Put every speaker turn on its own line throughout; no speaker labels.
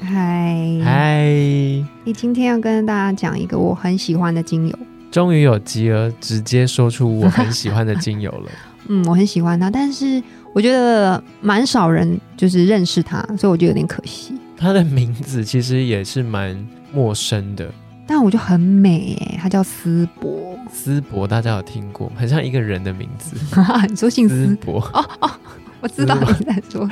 嗨，
嗯嗨，
你今天要跟大家讲一个我很喜欢的精油，
终于有吉儿直接说出我很喜欢的精油了。
嗯，我很喜欢它，但是我觉得蛮少人就是认识它，所以我觉得有点可惜。
它的名字其实也是蛮陌生的，
但我就很美耶，它叫丝柏。
思博大家有听过，很像一个人的名 字，
你说姓
思
丝，
博，
我知道你在说。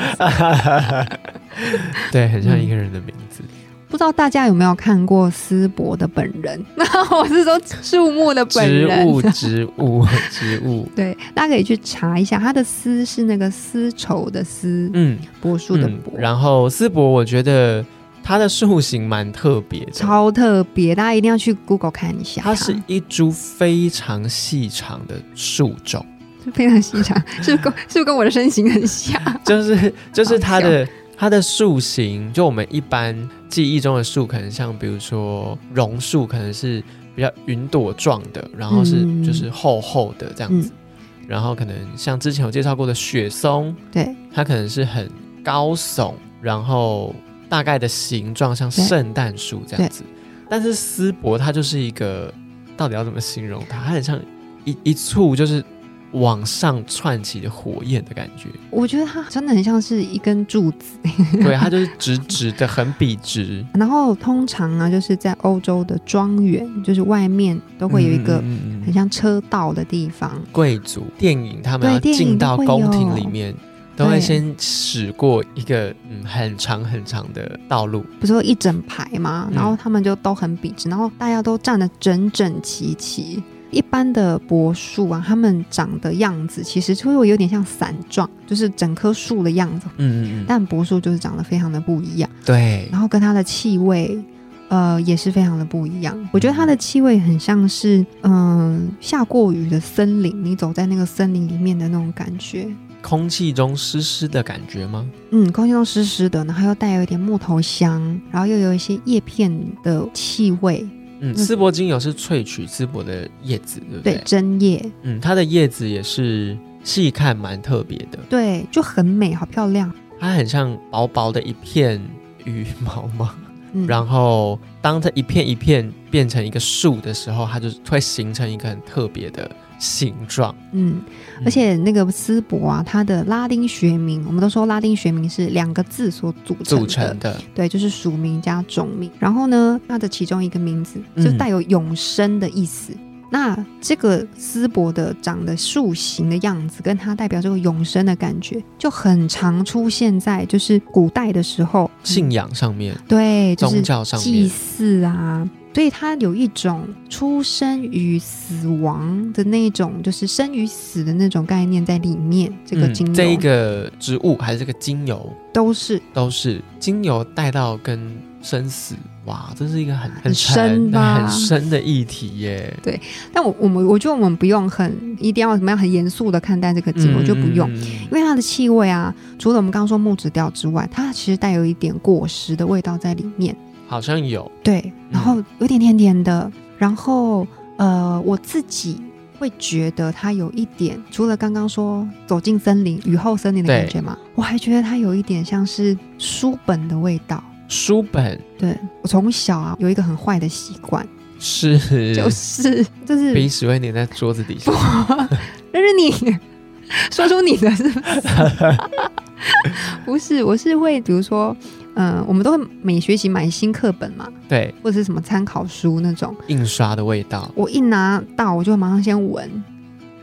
对，很像一个人的名 字。
不知道大家有没有看过丝柏的本人？ 那我是说树木的本
植
人。
物，植物， 植物，
对，大家可以去查一下，它的丝是那个丝绸的丝，
嗯，
柏树的
嗯
柏。
然后丝柏，我觉得它的树形蛮特别的，
超特别，大家一定要去 Google 看一下。
它是一株非常细长的树种，
非常细长，是不是跟 是不是跟我的身形很 像？
就是就是它
好
的它的树形，就我们一般记忆中的树，可能像比如说榕树，可能是比较云朵状的，然后是
嗯
就是厚厚的这样子，然后可能像之前有介绍过的雪松，
对，
它可能是很高耸，然后大概的形状像
对
圣诞树这样子。但是丝柏它就是一个，到底要怎么形容它？它很像一一簇就是往上窜起的火焰的感 觉。
我觉得它真的很像是一根柱子。
对，啊它就是直直的，很笔直。
然后通常啊，就是在欧洲的庄园，就是外面都会有一个
嗯嗯嗯嗯
很像车道的地方，
贵族电影，他们要
对电影
进到
都会有
宫廷里面。都会
对
先驶过一个嗯很长很长的道路，
不是有一整排吗？
嗯
然后他们就都很笔直，然后大家都站得整整齐齐。一般的柏树啊，它们长的样子其实就会有点像伞状，就是整棵树的样子。
嗯嗯嗯，
但柏树就是长得非常的不一样，
对，
然后跟它的气味，呃，也是非常的不一样。我觉得它的气味很像是，嗯、下过雨的森林，你走在那个森林里面的那种感觉。
空气中湿湿的感觉吗？
嗯，空气中湿湿的，然后又带有一点木头香，然后又有一些叶片的气味，
嗯，
嗯
丝柏精油是萃取丝柏的叶子，对不对？
对，针叶，
嗯，它的叶子也是细看蛮特别的，
对，就很美，好漂亮。
它很像薄薄的一片羽毛嘛。
嗯，
然后当它一片一片变成一个树的时候，它就会形成一个很特别的形状。
嗯，而且那个丝柏啊，它的拉丁学名，我们都说拉丁学名是两个字所组成
组
的，
成的，
对，就是属名加种名。然后呢，它的其中一个名字
嗯
就带有永生的意思。那这个丝柏的长的树形的样子，跟它代表这个永生的感觉，就很常出现在就是古代的时候，嗯
信仰上面、
对，就是
宗教上
祭
面，
祀啊，所以它有一种出生与死亡的那种，就是生与死的那种概念在里面。这个精油、
嗯、这一个植物还是这个精油，
都是
都是精油带到跟生死，哇，这是一个很
很深
沉
吧
很深的议 题耶。
但我我们我觉得我们不用很一定要怎么样很严肃的看待这个精油，就不用，
嗯，嗯
因为它的气味啊，除了我们刚刚说木质调之外，它其实带有一点果实的味道在里面，
嗯好像有，
对，
嗯
然后有点甜甜的，然后呃，我自己。会觉得它有一点，除了刚刚说走进森林、雨后森林的
对
感觉嘛，我还觉得它有一点像是书本的味道。
书本
对我从小啊有一个很坏的习惯，
是
就是就是
鼻屎会粘在桌子底下，
但是你 说出你的是 不是？不是，我是会比如说，嗯、我们都会每学期买新课本嘛，
对，
或者是什么参考书那种，
印刷的味道。
我一拿到我就马上先闻，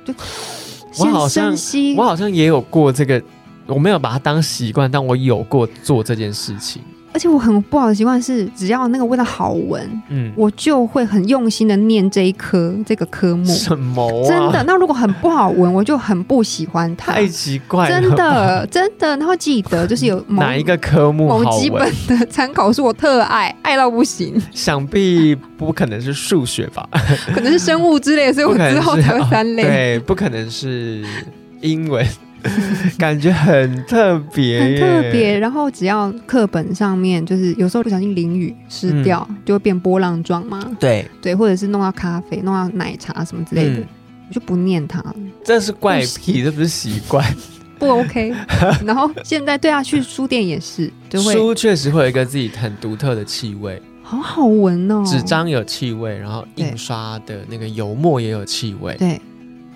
就
好
先
像
深吸
我。好像也有过这个，我没有把它当习惯，但我有过做这件事情。
而且我很不好的习惯是，只要那个味道好闻，
嗯，
我就会很用心的念这一科这个科目。
什么、啊？
真的，那如果很不好闻，我就很不喜欢它。
太奇怪了，
真的，真的。然后记得就是有某
哪一个科目
某
好
几
闻
本？的参考书，我特爱，爱到不行，
想必不可能是数学吧？
可能是生物之类，所以
不
我
可能
之后
是哦
才会三类，
对，不可能是英 文，感觉很特别，
很特。别。然后只要课本上面就是有时候不小心淋雨湿掉，
嗯
就会变波浪状嘛，
对，
对，或者是弄到咖啡、弄到奶茶什么之类的，
嗯
我就不念它了。
这是怪癖，这不是习惯。
不 OK。然后现在对啊，去书店也是， 就会
书确实会有一个自己很独特的气味，
好好闻哦，
纸张有气味，然后
对
印刷的那个油墨也有气味，
对，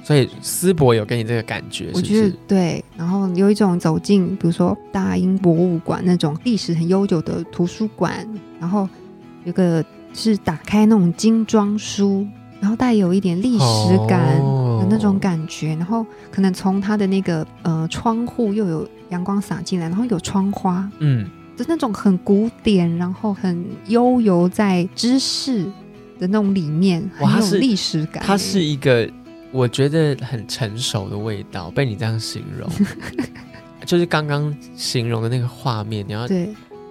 所以思博有给你这个感觉，
我
是不
觉
是
得？对。然后有一种走进，比如说大英博物馆那种历史很悠久的图书馆，然后有个是打开那种精装书，然后带有一点历史感
哦
的那种感觉，然后可能从它的那个呃窗户又有阳光洒进来，然后有窗花，
嗯，
就是那种很古典，然后很悠游在知识的那种里面，
哇它
很有
是
历史感。欸
它是一个我觉得很成熟的味道，被你这样形 容，就是刚刚形容的那个画面，你要
对，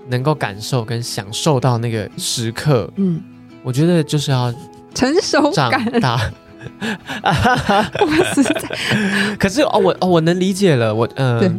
能够感受跟享受到那个时刻，
嗯，
我觉得就是要
成熟
长
感，
大。
我实在
可是哦，我哦，我能理解了，我嗯、
对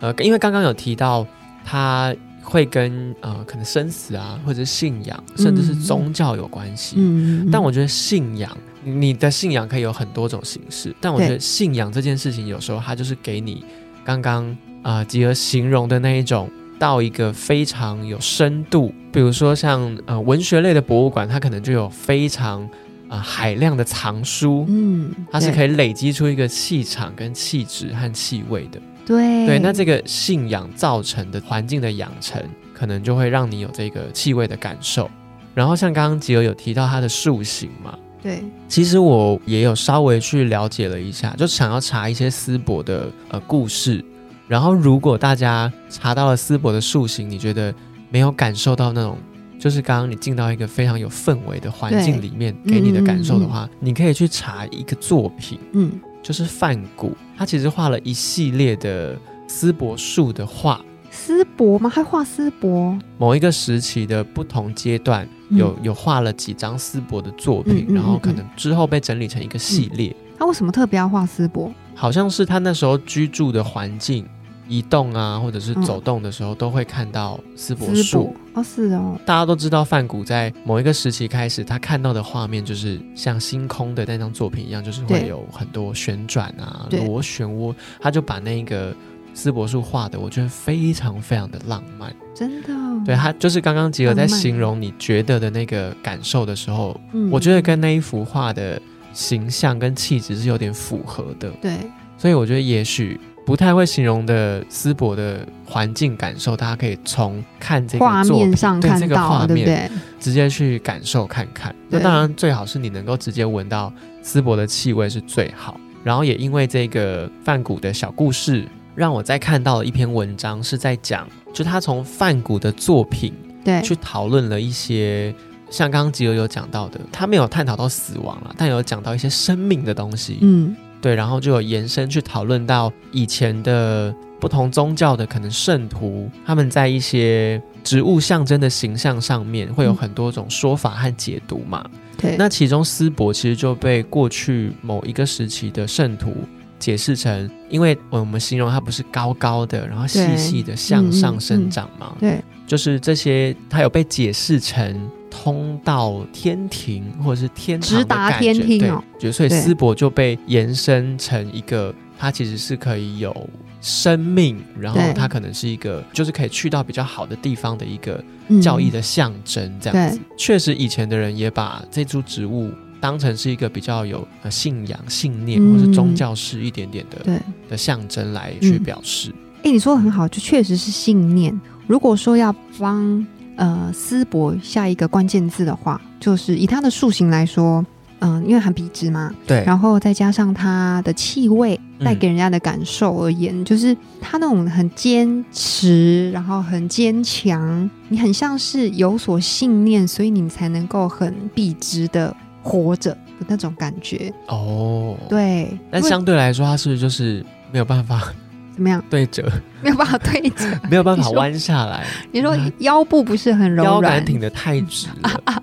呃，因为刚刚有提到他会跟呃可能生死啊，或者是信仰，甚至
嗯
是宗教有关系。
嗯，嗯
但我觉得信仰，你的信仰可以有很多种形式，但我觉得信仰这件事情，有时候它就是给你刚刚啊吉儿形容的那一种。到一个非常有深度，比如说像呃文学类的博物馆，它可能就有非常啊、呃海量的藏书，
嗯，
它是
对
可以累积出一个气场、跟气质和气味的。
对
对，那这个信仰造成的环境的养成，可能就会让你有这个气味的感受。然后像刚刚吉尔有提到它的塑形嘛，
对
其实我也有稍微去了解了一下，就想要查一些思博的呃故事。然后如果大家查到了思博的塑形，你觉得没有感受到那种，就是刚刚你进到一个非常有氛围的环境里面
对
给你的感受
嗯
的
嗯嗯
话，你可以去查一个作品。
嗯
就是梵谷，他其实画了一系列的丝柏树的画，
丝柏吗？还画丝柏，
某一个时期的不同阶段，
嗯
有有画了几张丝柏的作品
嗯，嗯
然后
嗯
可能之后被整理成一个系列，
他为什么特别要画丝柏？
好像是他那时候居住的环境。移动啊，或者是
嗯
走动的时候，都会看到丝柏
丝
树
柏。哦，是哦，
大家都知道，梵谷在某一个时期开始，他看到的画面就是像星空的那张作品一样，就是会
对
有很多旋转啊、
对
螺旋涡，他就把那个丝柏树画的，我觉得非常非常的浪漫。
真的，哦
对，他就是刚刚吉尔在
嗯浪漫
形容你觉得的那个感受的时候，
嗯，
我觉得跟那一幅画的形象跟气质是有点符合的，
对
所以我觉得也许。不太会形容的丝柏的环境感受，大家可以从看这个
画
作
面
品
上
对
看
这个画
到，
面，
对不对？
直接去感受看看。那
对
当然最好是你能够直接闻到丝柏的气味是最好。然后也因为这个梵谷的小故事，让我再看到了一篇文章，是在讲，就他从梵谷的作品
对，
去讨论了一些。像刚刚吉尔有讲到的，他没有探讨到死亡了，但有讲到一些生命的东西。
嗯，
对，然后就有延伸去讨论到以前的不同宗教的可能圣徒，他们在一些植物象征的形象上面会有
嗯
很多种说法和解读嘛。
对，
那其中丝柏其实就被过去某一个时期的圣徒解释成，因为呃我们形容它不是高高的，然后细
对
细的向上
嗯嗯
生
嗯
长嘛，
对
就是这些它有被解释成。通到天庭或者是天堂
直
的
达
感
天
觉
庭
对
哦
觉得所以
对
丝柏就被延伸成一个，它其实是可以有生命，然后
对
它可能是一个，就是可以去到比较好的地方的一个
嗯
教义的象征，这样子。确实，以前的人也把这株植物当成是一个比较有呃信仰、信念
嗯
或是宗教式一点点的
对。
的象征来去表示。
哎，你说的很好，就确实是信念。如果说要帮呃思博下一个关键字的话，就是以它的塑形来说，嗯、因为含皮质嘛，
对，
然后再加上它的气味，
嗯
带给人家的感受而言，就是他那种很坚持，然后很坚强，你很像是有所信念，所以你才能够很笔直的活着的那种感觉。
哦，
对，
但
因为
相对来说，他是不是就是没有办法
怎么样，
对折，
没有办法对 折。
没有办
啊你
法
说
弯下来，
你说腰部不是很柔
腰
软啊
杆，挺得太直了。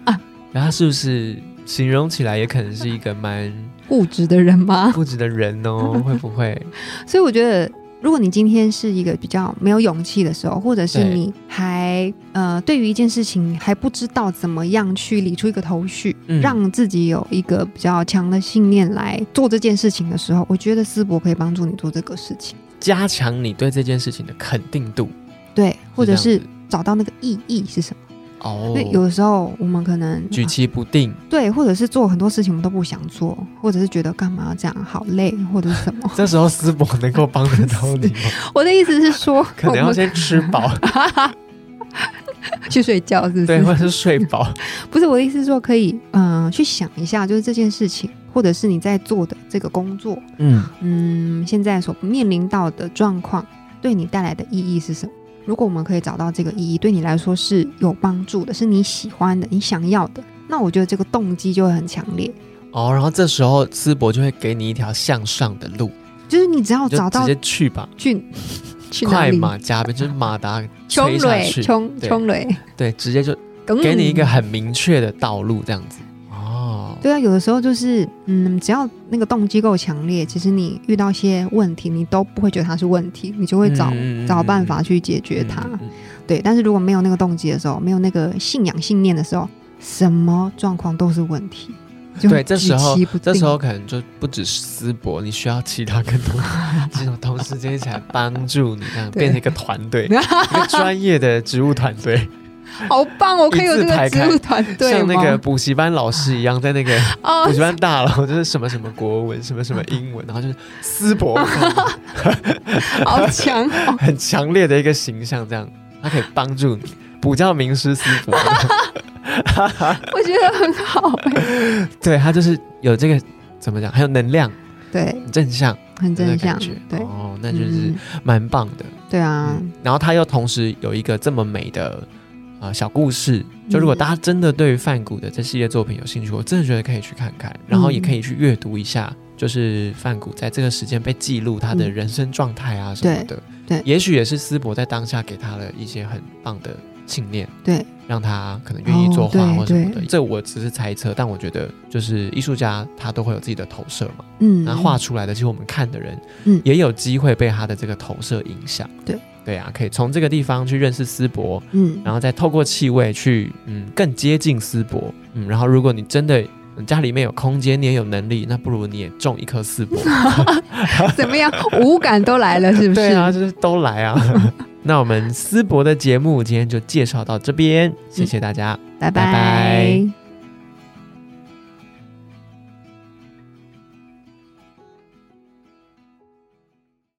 然后他是不是形容起来也可能是一个蛮
固执的人吗？
固执的人 哦？会不会？
所以我觉得，如果你今天是一个比较没有勇气的时候，或者是
对
你还呃对于一件事情还不知道怎么样去理出一个头绪，
嗯
让自己有一个比较强的信念来做这件事情的时候，我觉得思博可以帮助你做这个事情，
加强你对这件事情的肯定度，
对，或者
这样
是
子
找到那个意义是什么。因为
哦，
有的时候我们可能
举
啊
棋不定，
对，或者是做很多事情我们都不想做，或者是觉得干嘛要这样好累，或者是什么。
这时候思博能够帮得到你吗？
我的意思是说，
可能
我
要
们
先吃 饱，
去睡觉，是不是？
对，或者是睡 饱。
不是我的意思是说，可以嗯、呃去想一下，就是这件事情，或者是你在做的这个工作，
嗯，
嗯，现在所面临到的状况对你带来的意义是什么？如果我们可以找到这个意义，对你来说是有帮助的，是你喜欢的，你想要的，那我觉得这个动机就会很强烈。
哦，然后这时候思博就会给你一条向上的路，
就是你只要
你就
哦找
直
到
接去吧，
去去哪
快
里，
马加鞭，就是马达
冲
吹下
蕊
去，
冲
对
冲蕊，
对，直接就
梗
给你一个很明确的道路，这样子。哦，
对啊，有的时候就是，嗯，只要那个动机够强烈，其实你遇到一些问题，你都不会觉得它是问题，你就会找、
嗯嗯嗯
找办法去解决它。
嗯嗯
对，但是如果没有那个动机的时候，没有那个信仰信念的时候，什么状况都是问题。就
对，这
举
时候
棋不
这
定
时候可能就不只是思博，你需要其他更多这种同事间一起来帮助你，这 样
对
变成一个团队，一个专业的植物团队，
好棒，我可以有这
一字
个
排
植
开
物团队
像
吗？
那个补习班老师一样，在那个补
哦
习，班大佬就是什么什么国文，什么什么英文，然后就是思博，我 看过
好强哦！
很强烈的一个形象，这样他可以帮助你。补教名师思博，
我觉得很好哎、
对他就是有这个怎么讲，很有能量，
对，
很正向，
很
这个
正向
感觉，
对，
哦，那就是
嗯
蛮棒的。
对啊，
嗯，然后他又同时有一个这么美的呃小故事，就如果
嗯
大家真的对于范谷的这系列作品有兴趣，我真的觉得可以去看看，然后也可以去阅读一下，就是范谷在这个时间被记录他的
嗯
人生状态啊什么的，
对
也许也是斯伯在当下给他了一些很棒的信念，
对，
让他可能愿意作画
哦对
或什么的，
对
这我只是猜测，但我觉得就是艺术家他都会有自己的投射嘛，
嗯，
那画出来的，其实我们看的人，
嗯
也有机会被他的这个投射影响。
对
对啊，可以从这个地方去认识思博，
嗯，
然后再透过气味去，嗯，更接近思博。嗯，然后如果你真的嗯家里面有空间，你也有能力，那不如你也种一棵 思博。
怎么样？五感都来了，是不是？
对啊，就是都来啊。 那我们思博的节目今天就介绍到这边，谢谢大家。
拜
拜拜
拜